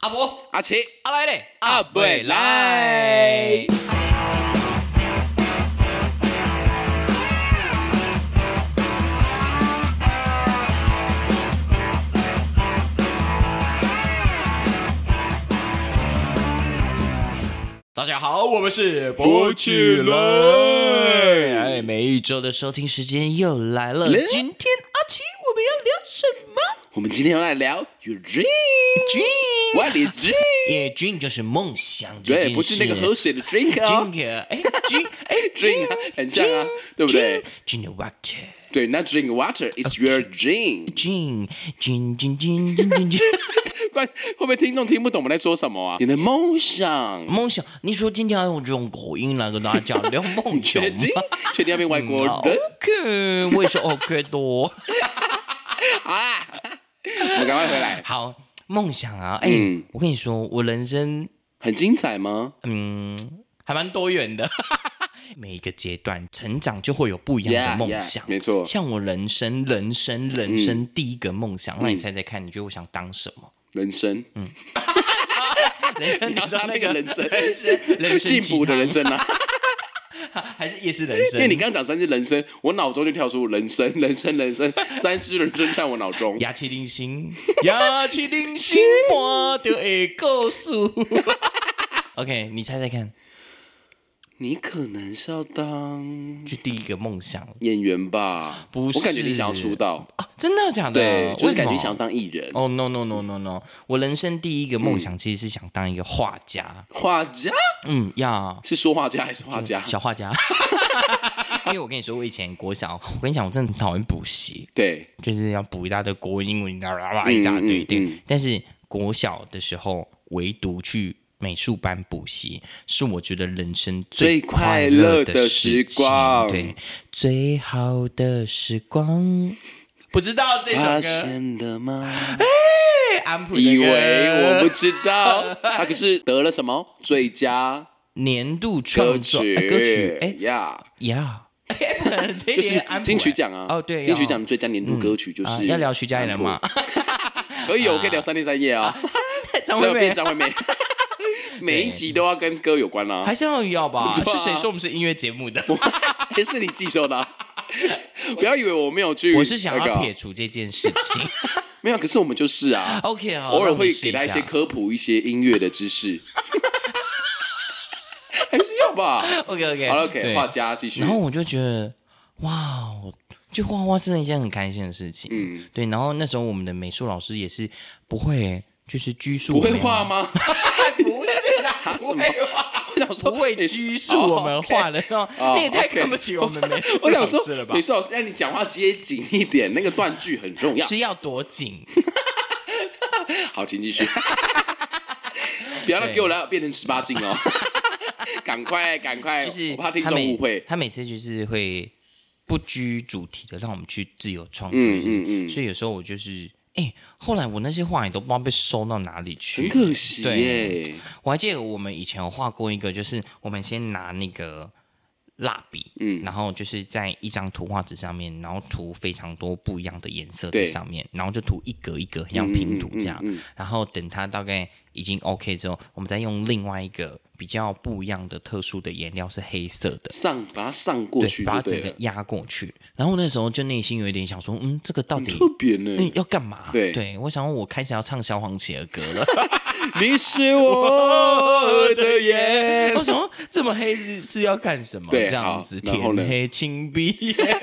阿伯、阿奇，阿来嘞，阿未来。大家好，我们是博起来哎，每一周的收听时间又来了。来今天阿奇，我们要聊什么我们今天要来聊 your dream。 ？Dream，What is dream？也 dream 就是梦想这件对，事，不是那个喝水的 drink 哦 drink，哎 dream，哎 ，drink 啊很像啊对不对？Dream water。对，那 drink water is your dream。 Jin Jin Jin Jin Jin Jin Jin， 关会不会听众听不懂我们在说什么啊？你的梦想，梦想，你说今天要用这种口音来跟大家讲聊 梦想确吗定？确定要变 外嗯国哦人？OK，我也是 OK 哦多。啊？我们赶快回来，好，梦想啊，哎、嗯我跟你说，我人生很精彩吗？嗯还蛮多元的， 每一个阶段成长就会有不一样 Yeah，的 yeah，梦想。没错。嗯像我人生，人生，人生第一个梦想，那你猜猜看，你觉得我想当什么？人生， 人生，你要说当那那个个 人生人生， 人生进步的人鸡生啊！汤，还是夜市人 因生？为你刚刚讲三只人生，我脑中就跳出人生、人生、人生，三只人生在我脑中。牙齿定 心，牙齿定心，我就会告诉。OK，你猜猜看，你可能是要当就第一个梦想演员吧？不是我感觉你想要出道，啊，真的假的？对，就为是什感么觉？想要当艺人、哦、no no no no no！我人生第一个嗯梦想其实是想当一个画家，画家，嗯呀，是说画家还是画家？小画家。 因为我跟你说，我以前国小，我跟你讲，我真的很讨厌补习，对，就是要补一大堆国文、英文，啦啦啦一大堆。嗯嗯对，嗯但是国小的时候，唯独去美术班补习，是我觉得人生最快快乐的的事时情光对，最好的时光。不知道这首发歌，现了吗？对安普的歌以为我不知道，他可是得了什么最佳年度歌创曲作哎？歌曲，哎呀，呀，哎不可能， 这一就年是安普金曲哎奖啊！哦对金曲要奖最佳年度歌曲就是啊要聊徐佳莹了吗？ 可以哦，我可以聊三天三夜啊，张惠对我妹变张 惠妹，每一集都要跟歌有关啊啦还。是要要 吧？对是啊谁说我们是音乐节目的？也是你自己说 的啊，不要以为我没有去，我是想那个要啊撇除这件事情。没有，可是我们就是啊， OK，好，偶那尔我会们试给他一下 些科普一些音乐的知识， 还是要吧。 OK OK，好了，OK，画。家继续。然后我就觉得，哇，就画画是一件很开心的事情。嗯，对。然后那时候我们的美术老师也是不会，就是拘束不我会们，画吗？ 不是 啦，不什么会画，我想说不会你拘束我哦们，OK 画的。哦哦你也太 OK 看不起我们 美术哎我想老 说师了，吧美？术老师让你讲话接紧一点，那个断句很重要。是要多紧？好，请 继续。不要让给我来变成十八禁哦！ 赶快，赶快，就是哎我怕听他众每误会。他每次就是会不拘主题的让我们去自由创作，嗯就是嗯嗯所以有时候我就是，哎、后来我那些画也都不知道被收到哪里去很。可惜对耶，我还记得我们以前有画过一个，就是我们先拿那个蜡笔，嗯然后就是在一张图画纸上面，然后涂非常多不一样的颜色在对上面，然后就涂一格一格，很像拼图这样。嗯嗯嗯然后等它大概已经 OK 之后，我们再用另外一个比较不一样的特殊的颜料是黑色的，上把它上过对，去把就它对整个了，压过去。然后那时候就内心有一点想说，嗯，这个到底特别呢。嗯要干嘛？对我想我开始要唱小黄旗的歌 了。你是我的眼。我想说这么黑是是要干什么？对这样子好然后天呢黑请闭眼。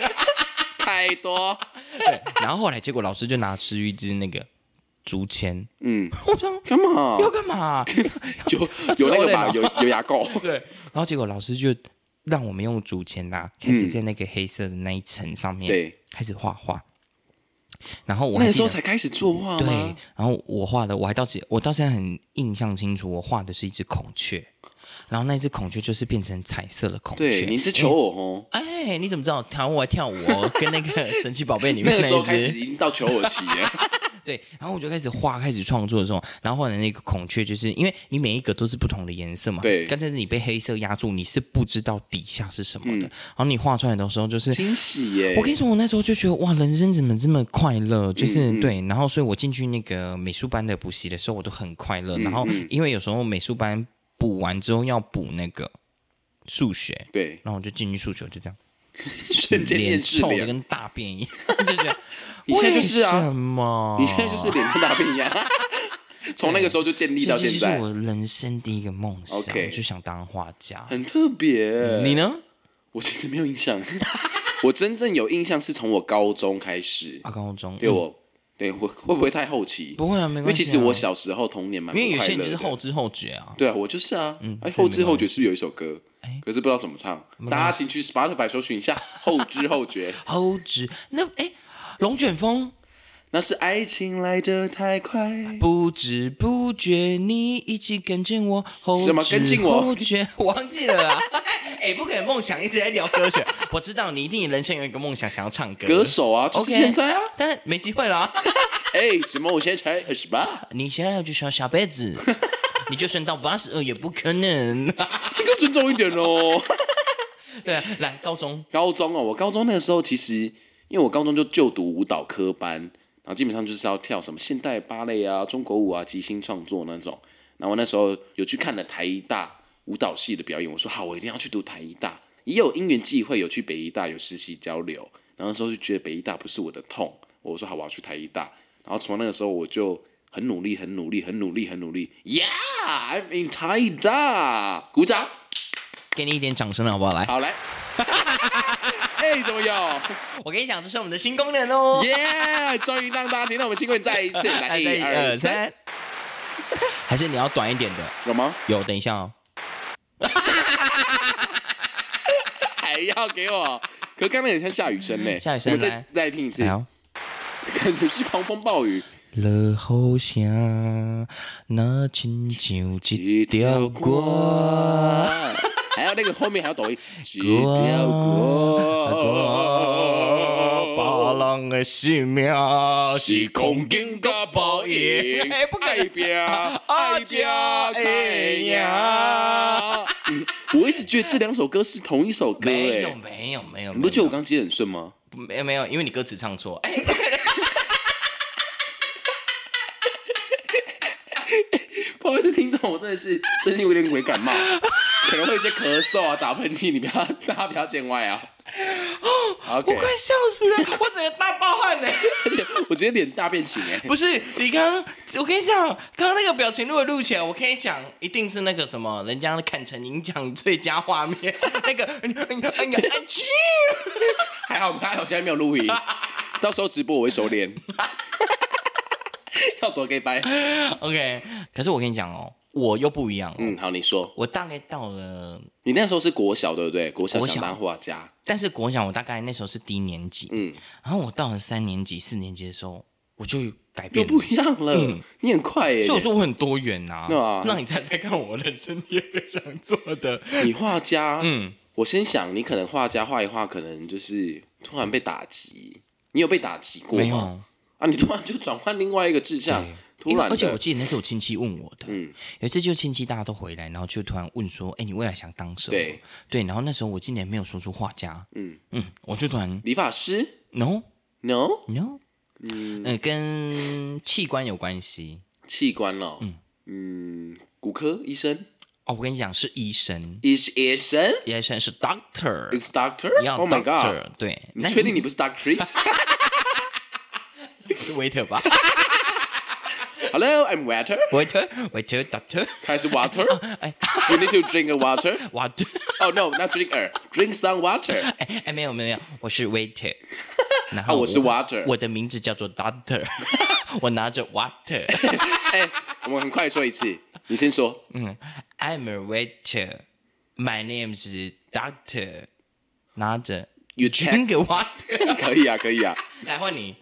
太多， 然后后来结果老师就拿出一支那个竹签，嗯，我想干嘛？要干嘛？有吃有那欧蕾个吧，吗 有有牙膏，对，然后结果老师就让我们用竹签啦、开始在那个黑色的那一层上面，对，开始画画。然后我还那记时得候才开始作画对吗？，然后我画的，我还到现我到现在很印象清楚，我画的是一只孔雀，然后那只孔雀就是变成彩色的孔雀。对，你这求偶哦，哎，你怎么知道？跳舞还跳舞、哦，跟那个神奇宝贝里面 那个那时候一开始只。 已经到求偶期耶。对，然后我就开始画，开始创作的时候，然后后来那个孔雀，就是因为你每一个都是不同的颜色嘛，对但是你被黑色压住，你是不知道底下是什么的，然嗯后你画出来的时候就是。惊喜耶！我跟你说，我那时候就觉得哇，人生怎么这么快乐？就是、嗯对，然后所以我进去那个美术班的补习的时候，我都很快乐。然后嗯因为有时候美术班补完之后要补那个数学，对，然后我就进去数学，我就这样。瞬间脸面试臭的脸，跟大便一样， 就 觉得你现在就是啊为什么？ 你现在就是脸跟大 便一样，从那个时候就建立到这现就是在，我人生第一个梦想 OK 我就想当画家。嗯很呃特别。你呢？我其实没有印象， 我真正有印象是从我高中开始，啊，高中对我，对我会不会太后期？不会啊，没因为关系、啊。其实我小时候童年蛮因为有些快人乐就是的后知后觉啊。对啊，我就是啊。所哎，以后没知后觉是不是有一首歌？可是不知道怎么唱，哎没关系，大家请去 Spotify 搜寻一下《后知后觉》后知那哎，龙卷风那是爱情来得太快。不知不觉你一直跟进我，后什么知跟进我后觉 我忘记了啦。哎，不可能梦想一直在聊歌曲，我知道你一定人生有一个梦想，想要唱歌。歌手啊，就是 OK 现在啊！但是没机会啦。哎，什么？我现在才二十八，你现在就想下辈 子，你就算到八十二也不可 能。你给我尊重一点哦。对、啊，来高中高中哦，我高中那个时候其实，因为我高中就就读舞蹈科班，然后基本上就是要跳什么现代芭蕾啊、中国舞啊、即兴创作那种。然后我那时候有去看了台一大舞蹈系的表演，我说好，我一定要去读台一大。也有因缘际会有去北医大有实习交流，然后那时候就觉得北医大不是我的痛，我说好，我要去台一大。然后从那个时候我就很努力、很努力、很努力、很努力，Yeah，I'm in 台大，鼓掌。给你一点掌声好不好？来，好来， 哎、怎么有？我跟你讲，这是我们的新功能哦。耶、终于让大家听到我们新闻 再一次，来来，一一二二三，三，还是你要短一点的？有吗？有，等一下哦。还要给我？可是刚才很像下雨声呢，嗯下雨声我们再来再听一次，来哦。感觉是狂风暴雨。落雨声，那亲像一条歌。还有那个后面还有抖音，一歌条哦歌，歌，别啊人的生命是空境甲报应。 哎，不可爱以拼，爱拼才赢。嗯我一直觉得这两首歌是同一首歌，没有哎，没有没有，你不觉得我刚接得很顺吗？ 刚没有没有，因为你歌词唱错。哎，不好意思，听众，我真的是最近有点鬼感冒，可能会有一些咳嗽啊、打喷嚏，你不要，大家不要见外啊。哦我 OK，快笑死了，我整个大爆汗嘞！而且我直接脸大变形哎， 不是你刚，我跟你讲，刚刚那个表情如果录起来，我跟你讲，一定是那个什么，人家砍成银奖最佳画面， 那个哎呀哎呀哎呀，哎啾还好还好，现在没有录音，到时候直播我会收敛， 要多给拜。嗯 OK，可是我跟你讲哦，我又不一样哦，嗯，好，你说，我大概到了，你那时候是国小对不对？国小国想小当画家，但是国小我大概那时候是低年级，嗯，然后我到了三年级、四年级的时候，我就改又变了。不一样了，你很快耶嗯所以，我说我很多元呐、对啊让你猜猜看我人生第二个想做的。你画家，嗯，我先想，你可能画家画一画，可能就是突然被打击，你有被打击过吗？没有，啊，你突然就转换另外一个志向，突因为然的而且我记得那是我亲戚问我的，嗯有一次就亲戚大家都回来，然后就突然问说：“哎、你未来想当什么？”对对，然后那时候我竟然没有说出画家，嗯，嗯，我就突然理发师 no no， no，嗯，嗯、跟器官有关系器官哦，嗯骨科医生哦。我跟你讲，是医生， ，is 医生医生是 doctor， ，is doctor，要 oh my doctor，、 god，对，你那确定你不是 doctress？Hello，I'm 不是 waiter 吧 water， ？waiter，waiter doctor，还是 water？You 哎 need to drink a water。 ，what？ Oh no，not drink air，drink some water。哎哎，没有没有没有，我是 waiter，然啊后我是 water 我的名字叫做 doctor，我 拿着 water，哎，我们很快说一次，你先说。嗯，I'm a waiter，my name is doctor，拿着 You drink check， a water，可以啊，可以啊。来换你，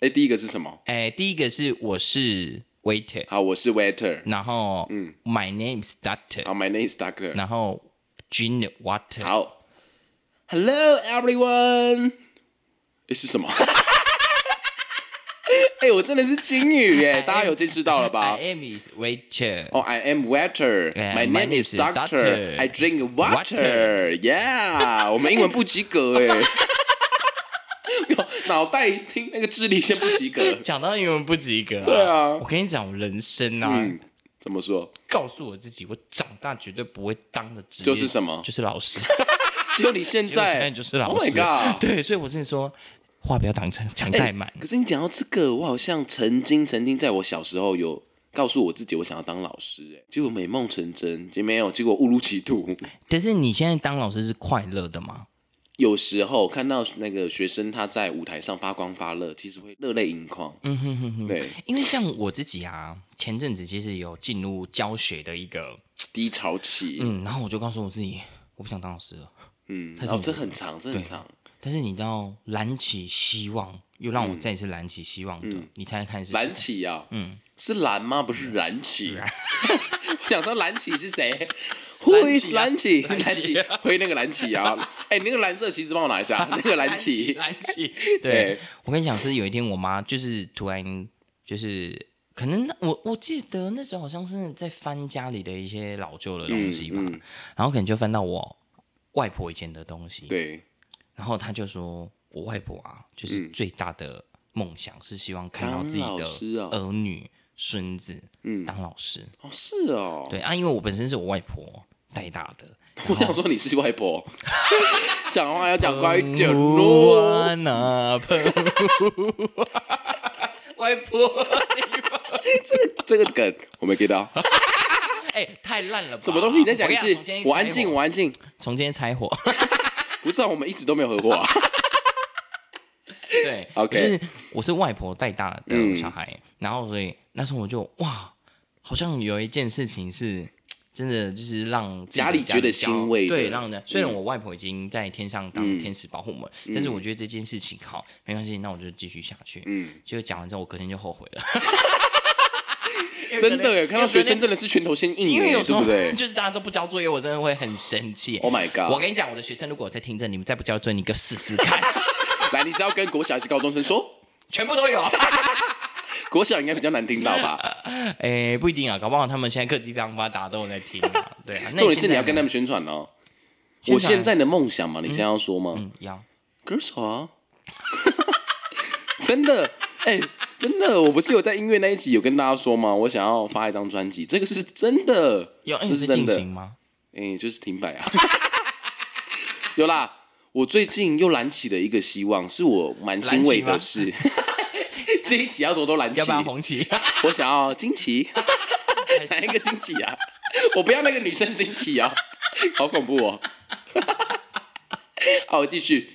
哎，第一个是什么？哎，第一个是我是 waiter，好，我是 waiter。然后嗯，my name is doctor，好，My name is doctor。然后 drink the water，好，Hello everyone，诶是什么？哎、我真的是金鱼耶！ am- 大家有见识到了 I？吧 am is waiter. 哦、i am water. Yeah, my My name name is is doctor. doctor. I drink water. Yeah，我们英文不及格 哎，脑袋一听那个智力先不及格。 讲到英文不及格、对啊我跟你讲，我人生啊，嗯，怎么说？告诉我自己，我长大绝对不会当的职业就是什么就是老 师。只有你现结果现在在就是老 Oh 师。 my god！哎对，所以我真的说，话不要讲成讲太满。可是你讲到这个，我好像曾经曾经在我小时候有告诉我自己，我想要当老师，哎，结果美梦成真，结果没有，结果误入歧 途。但是你现在当老师是快乐的吗？有时候看到那个学生他在舞台上发光发热，其实会热泪盈眶。嗯哼哼哼，对，因为像我自己啊，前阵子其实有进入教学的一个，低潮期，嗯嗯，然后我就告诉我自己，我不想当老师了。然后、这很长，这很长，但是你知道，燃起希望，又让我再一次燃起希望的，你猜猜看是谁？蓝嗯起啊，嗯，是蓝吗？不是燃起， 想说蓝起是谁 蓝起？Who is 啊蓝起？蓝起蓝起，回那个蓝起 啊！哎、你那个蓝色旗子帮我拿一下，那个蓝起，哎燃 起。对对，我跟你讲，是有一天我妈就是突然就是。可能那我我记得那时候好像是在翻家里的一些老旧的东西吧，嗯嗯然后可能就翻到我外婆以前的东西，对，然后她就说我外婆啊，就是最大的梦想是希望看到自己嗯当老师的哦儿女孙子嗯，当老师，哦，是哦，对啊，因为我本身是我外婆带大的，我想说你是 外婆，讲话要讲乖一嗯点我喽，那 盆 外婆，这个梗我没 get 到。哎、太烂了吧！什么东西？你再讲一我跟你次。我安静，我，安静。从今天拆伙。从今天拆伙不是啊，我们一直都没有合伙啊。对 OK 嗯就是我是外婆带大的小孩，然后所以那时候我就哇，好像有一件事情是。真的就是让自己的家里觉得骄欣慰的嗯对，让人虽然我外婆已经在天上当天使保护我们，但是我觉得这件事情好没关系，那我就继续下去。嗯，就讲完之后，我隔天就后悔 了。真的耶，看到学生的，真的是拳头先硬耶，因为有时对候不 对就是大家都不交作业，我真的会很生气。 ？Oh my 我 god！跟你讲，我的学生如果在听着，你们再不交作业，你给我试试看， 来，你是要跟国小还是高中生说？全部都有。国小应该比较难听到吧？哎，不一定啊，搞不好他们现在科技非常发达，都有在听啊。对 啊，那重点是你要跟他们们宣传哦。宣我传现在的梦想嘛，你现在要说吗？嗯要歌手啊， 真的，哎、真的，我不是有在音乐那一集有跟大家说吗？我想要发一张专辑，这个是真的，要，哎这你是是真进的。行吗？哎、就是停摆啊。 有啦，我最近又燃起了一个希望，是我蛮欣慰的燃事。 这一集要多多燃起要，不要红 旗？我想要惊奇， 哪一个惊奇啊？我不要那个女生惊奇啊，好恐怖哦！ 好，我继续。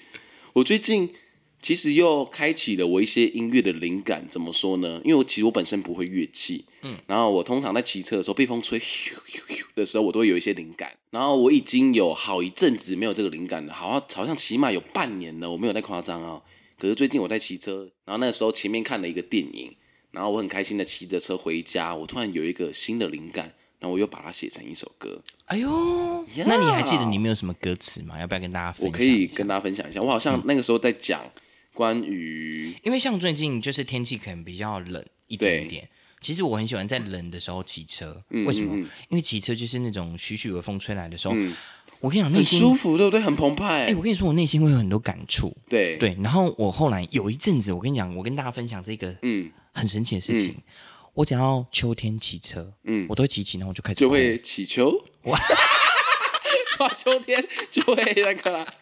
我最近其实又开启了我一些音乐的灵感，怎么说呢？因为我其实我本身不会乐器，嗯，然后我通常在骑车的时候被风吹 咻咻咻的时候，我都会有一些灵感。然后我已经有好一阵子没有这个灵感了，好像好像起码有半年了，我没有在夸张啊、可是最近我在骑车，然后那时候前面看了一个电影，然后我很开心的骑着车回家，我突然有一个新的灵感，然后我又把它写成一首歌。哎呦，那你还记得里面有什么歌词吗？要不要跟大家分我享？可以跟大家分享一下，我好嗯像那个时候在讲关于因为像最近就是天气可能比较冷一点点。其实我很喜欢在冷的时候骑车，嗯为什么？因为骑车就是那种徐徐的风吹来的时候，我跟你讲，内嗯很心舒服，对不对？很澎湃，哎、我跟你说，我内心会有很多感触。对，对，然后我后来有一阵子，我跟你讲，我跟大家分享这个嗯，很神奇的事情。我只要秋天骑车，嗯，我都会骑骑，然后我就开始就哭会祈求， 哇，秋天就会那个啦。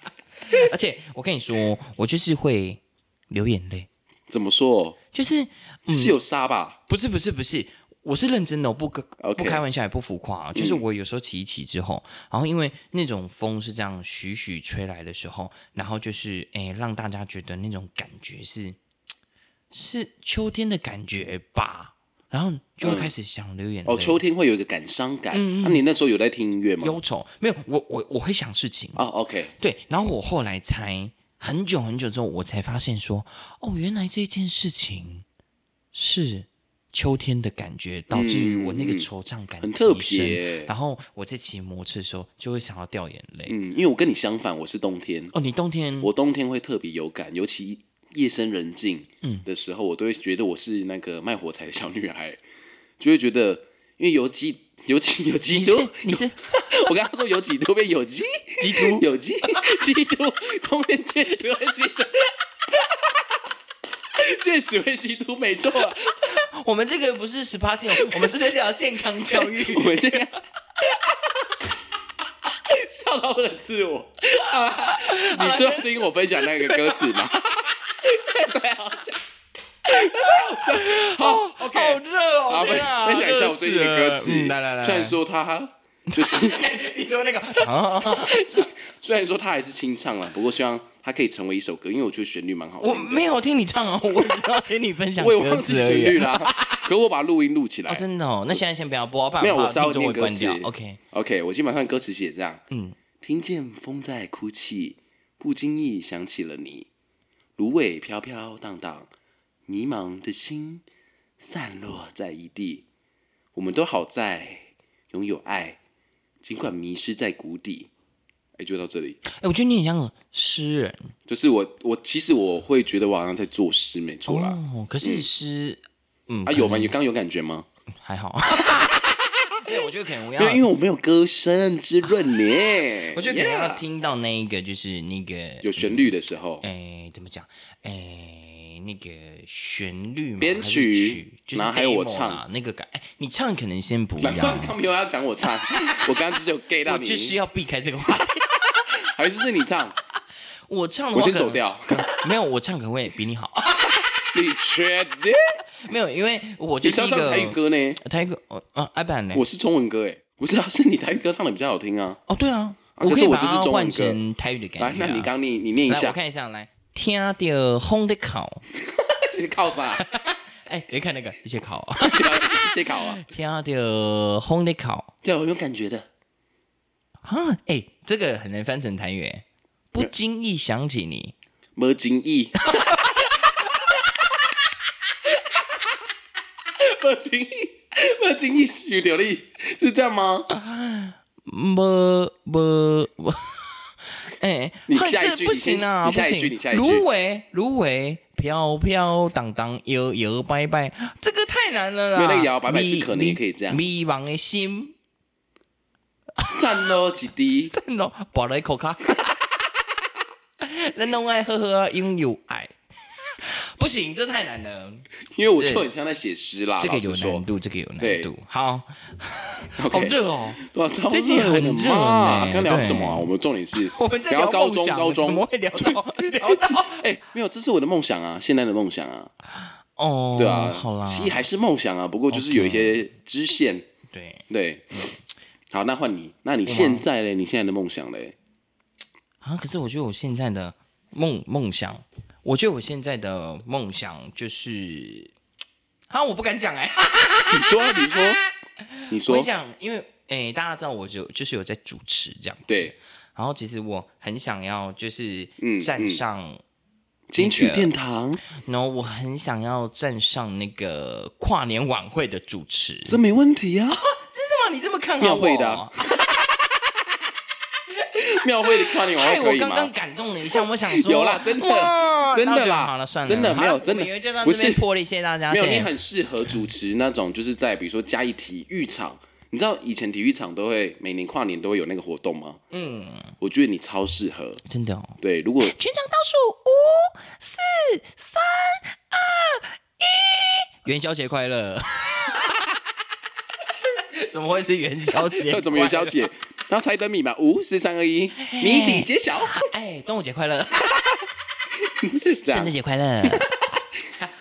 而且我跟你说，我就是会流眼泪，怎么说？就是是有沙吧？不是不是不是，我是认真的，我不不 OK 嗯开玩笑，也不浮夸、啊。就是我有时候骑一骑之后，然后因为那种风是这样徐徐吹来的时候，然后就是哎，让大家觉得那种感觉是是秋天的感觉吧，然后就会开始想流眼泪。嗯哦，秋天会有一个感伤感。那、你那时候有在听音乐吗？忧愁没嗯有，我我我会想事情，哦，OK，对，然后我后来才很久很久之后，我才发现说，哦，原来这件事情是秋天的感觉，导致于我嗯那个惆怅感很提特升别嗯然后我在骑摩托车的时候，就会想要掉眼泪。嗯，因为我跟你相反，我是冬天，哦，你冬天我冬天会特别有感，尤其夜深人静嗯的时候，我都会觉得我是那个卖火柴的小女孩，就会觉得因为油鸡油鸡油鸡你都是你是我刚刚说有几都变有机，基督有机，基督，通面确实会基督，确实会基督，没错啊。我们这个不是十八禁，哦我们是在讲健康教育。我们这个笑到不能自我。 啊、你是要听我分享那个歌词吗？太好笑，太好笑。好，OK，好热好，哦！分天啊，分享一下我最近的歌词。嗯来来来，虽然说它就是。 你说那个啊，虽然说他还是清唱了，不过希望他可以成为一首歌，因为我觉得旋律蛮好听我的。没有听你唱哦，我只知道听你分享我也歌忘记词而旋已律啊。啦，可我把录音录起来。哦，真的哦，那现在先不要播，不然哎没有，怕我稍听微众念会歌关词掉。。OK， OK，我基本上歌词写这样：嗯，听见风在哭泣，不经意想起了你，芦苇飘飘荡荡，迷茫的心散落在一地。我们都好在拥有爱，尽管迷失在谷底。哎、就到这里。哎，我觉得你很像诗人就是我，我其实我会觉得我好像在作诗，没错啦。哦，可是诗，嗯啊，，有吗？你刚刚有感觉吗？还 好。没有，我觉得可能我要因为因为我没有歌声滋润你 ，我觉得可能要 Yeah 听到那一个，就是那个，有旋律的时候，哎，怎么讲？哎，那个旋律吗编还是曲就是然后还有我 demo 唱啦那个感。哎，你唱可能先 不难怪要，他没有要讲我唱，我刚刚就是有 get 到我你，就是要避开这个话题。还是是你唱，我唱的我话先可能走，掉，没有，我唱可能会比你好。 你确定？没有，因为我你就是要是一唱个台语歌呢？台语歌哦啊，阿板嘞我，是中文歌哎，不是啊，是你台语歌唱的比较好听啊。哦对啊，可是可以我把就是它中文换歌成台语的来感，觉那啊。你刚你你念一来，我下，看一下，来，听到风的烤，你靠啥？哎，你看那个一些烤， 谁考啊？听到风的烤。对啊，我有感觉的。啊，哎、这个很难翻成台语欸，不经意想起你，没经意。没经意，没经意想到你，是这样吗？么么么， 哎、你啊下一这句不你先行啊，你不下一句行你下，一句芦苇芦苇飘飘荡荡，摇摇摆摆，这个太难了啦。没有那个摇摇摆摆是迷可能也可以这样迷迷茫的心，散落一 地，真的bỏ 了一口 卡，人拢爱呵呵拥有爱，不行，这太难了，因为我就很像在写诗啦。这个有啊老实说难，度，这个有难对度。好，好 OK，热 哦。哇超最近热很的热嘛呢刚聊对什么啊？我们重点是 我们在聊聊高梦中，想，高怎 么中。会聊到聊到？哎，没有，这是我的梦想啊，现在的梦想啊， 哦，对啊，好啦，其实还是梦想啊，不过就是有一些支线，对，对。好，那换你，那你现在嘞？你现在的梦想嘞？ 啊，可是我觉得我现在的梦梦想，我觉得我现在的梦想就是，啊，我不敢讲哎、你说，你说，你我说跟你，讲，因为哎、大家知道我就就是有在主持这样子，对，然后其实我很想要就是嗯站嗯上，金曲殿堂，然后我很想要站上那个跨年晚会的主持，这没问 题啊。真的吗？你这么看好庙我？会的啊庙会的跨年晚哎，会哦可我以刚刚吗？感动了一下，我想说， 有啦真的哇 真的那我就啦好了，算了，真的好没有了真的我们就到不这是边破例，谢谢大家，没有，谢谢你很适合主持那种，就是在比如说嘉义体育场，你知道以前体育场都会每年跨年都会有那个活动吗？嗯，我觉得你超适合。真的哦，对，如果 全场倒数五、四、三、二、一，元宵节快乐！ 怎么会是元宵节 ？要怎么元宵？节，然后猜灯谜嘛，五四三二一，谜底揭晓。哎，端午节快乐， 这圣诞样节快乐，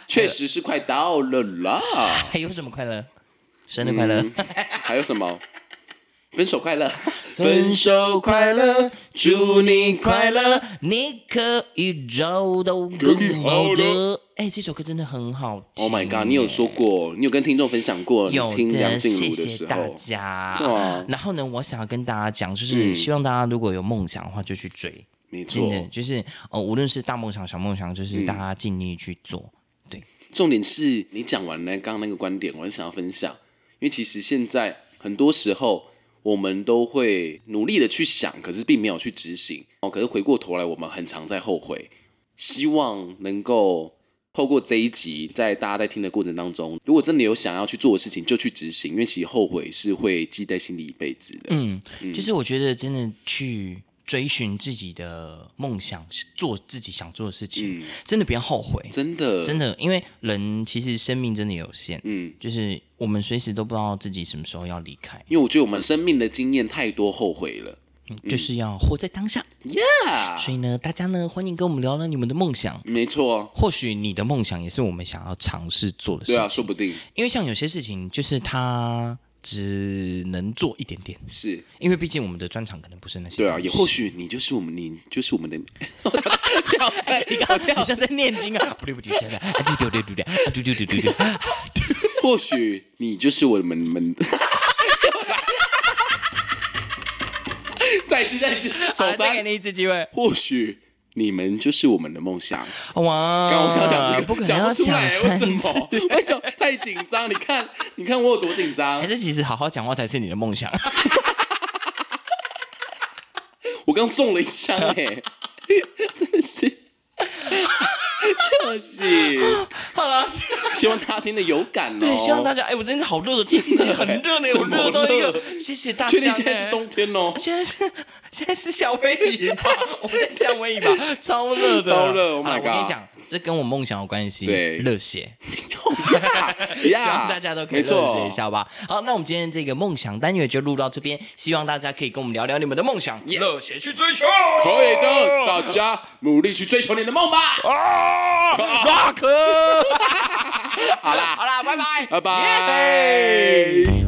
确实是快到了啦。嗯还有什么快乐？生日快乐，还有什么？分手快乐，分手快乐，祝你快乐。乐，你可以找到更好的。哎、这首歌真的很好听。 Oh my god！你有说过，你有跟听众分享过，你有听梁的，静谢茹的谢时大候，家对啊。然后呢，我想要跟大家讲，嗯就是希望大家如果有梦想的话，就去追。没错真，的，就是哦，无论是大梦想、小梦想，嗯就是大家尽力去做。重点是你讲完呢，刚刚那个观点，我很想要分享，因为其实现在很多时候我们都会努力的去想，可是并没有去执行哦。可是回过头来，我们很常在后悔。希望能够透过这一集，在大家在听的过程当中，如果真的有想要去做的事情，就去执行，因为其实后悔是会记在心里一辈子的。嗯，就是我觉得真的去追寻自己的梦想，做自己想做的事情，嗯真的不要后悔，真的，真的，因为人其实生命真的有限，嗯，就是我们随时都不知道自己什么时候要离开，嗯因为我觉得我们生命的经验太多后悔了。嗯就是要活在当下。啊，所以呢，大家呢，欢迎跟我们聊聊你们的梦想。没错，啊或许你的梦想也是我们想要尝试做的事对啊，情，说不定因为像有些事情，就是它只能做一点点，是因为毕竟我们的专长可能不是那些东对西。啊，也或许你就是我们，你就是我们的 跳菜，你刚刚好像在念经 啊，不对不对，真的，啊对对对对对，啊对对对对 对，或许你就是我们们。 再一次，再一次，好手再给三。你一次机会，或许你们就是我们的梦想。哇，刚刚我想讲这个，啊不可能讲要不出讲来，为三什次，么？为什么太紧张？你看，你看我有多紧张还？是其实好好讲话才是你哦的梦想？我刚中了一 枪哎、真的是， 就是， 好了，希望大家听得有感哦。对，希望大家，哎，我真的好热，今天很热呢，怎我么热到一个热，谢谢大家确呢。定现在是冬天哦。现在是现在是夏威夷吧？ 我们在夏威夷吧，超热的，超热，Oh my 好啦我跟 God 你讲，这跟我梦想有关系，对热血，呀， 希望大家都可以没错热 血一下吧。好，那我们今天这个梦想单元就录到这边，希望大家可以跟我们聊聊你们的梦想，热血去追求。可以的，大家努力去追求你的梦吧。啊，rock！ 好啦，好啦，拜拜，拜拜。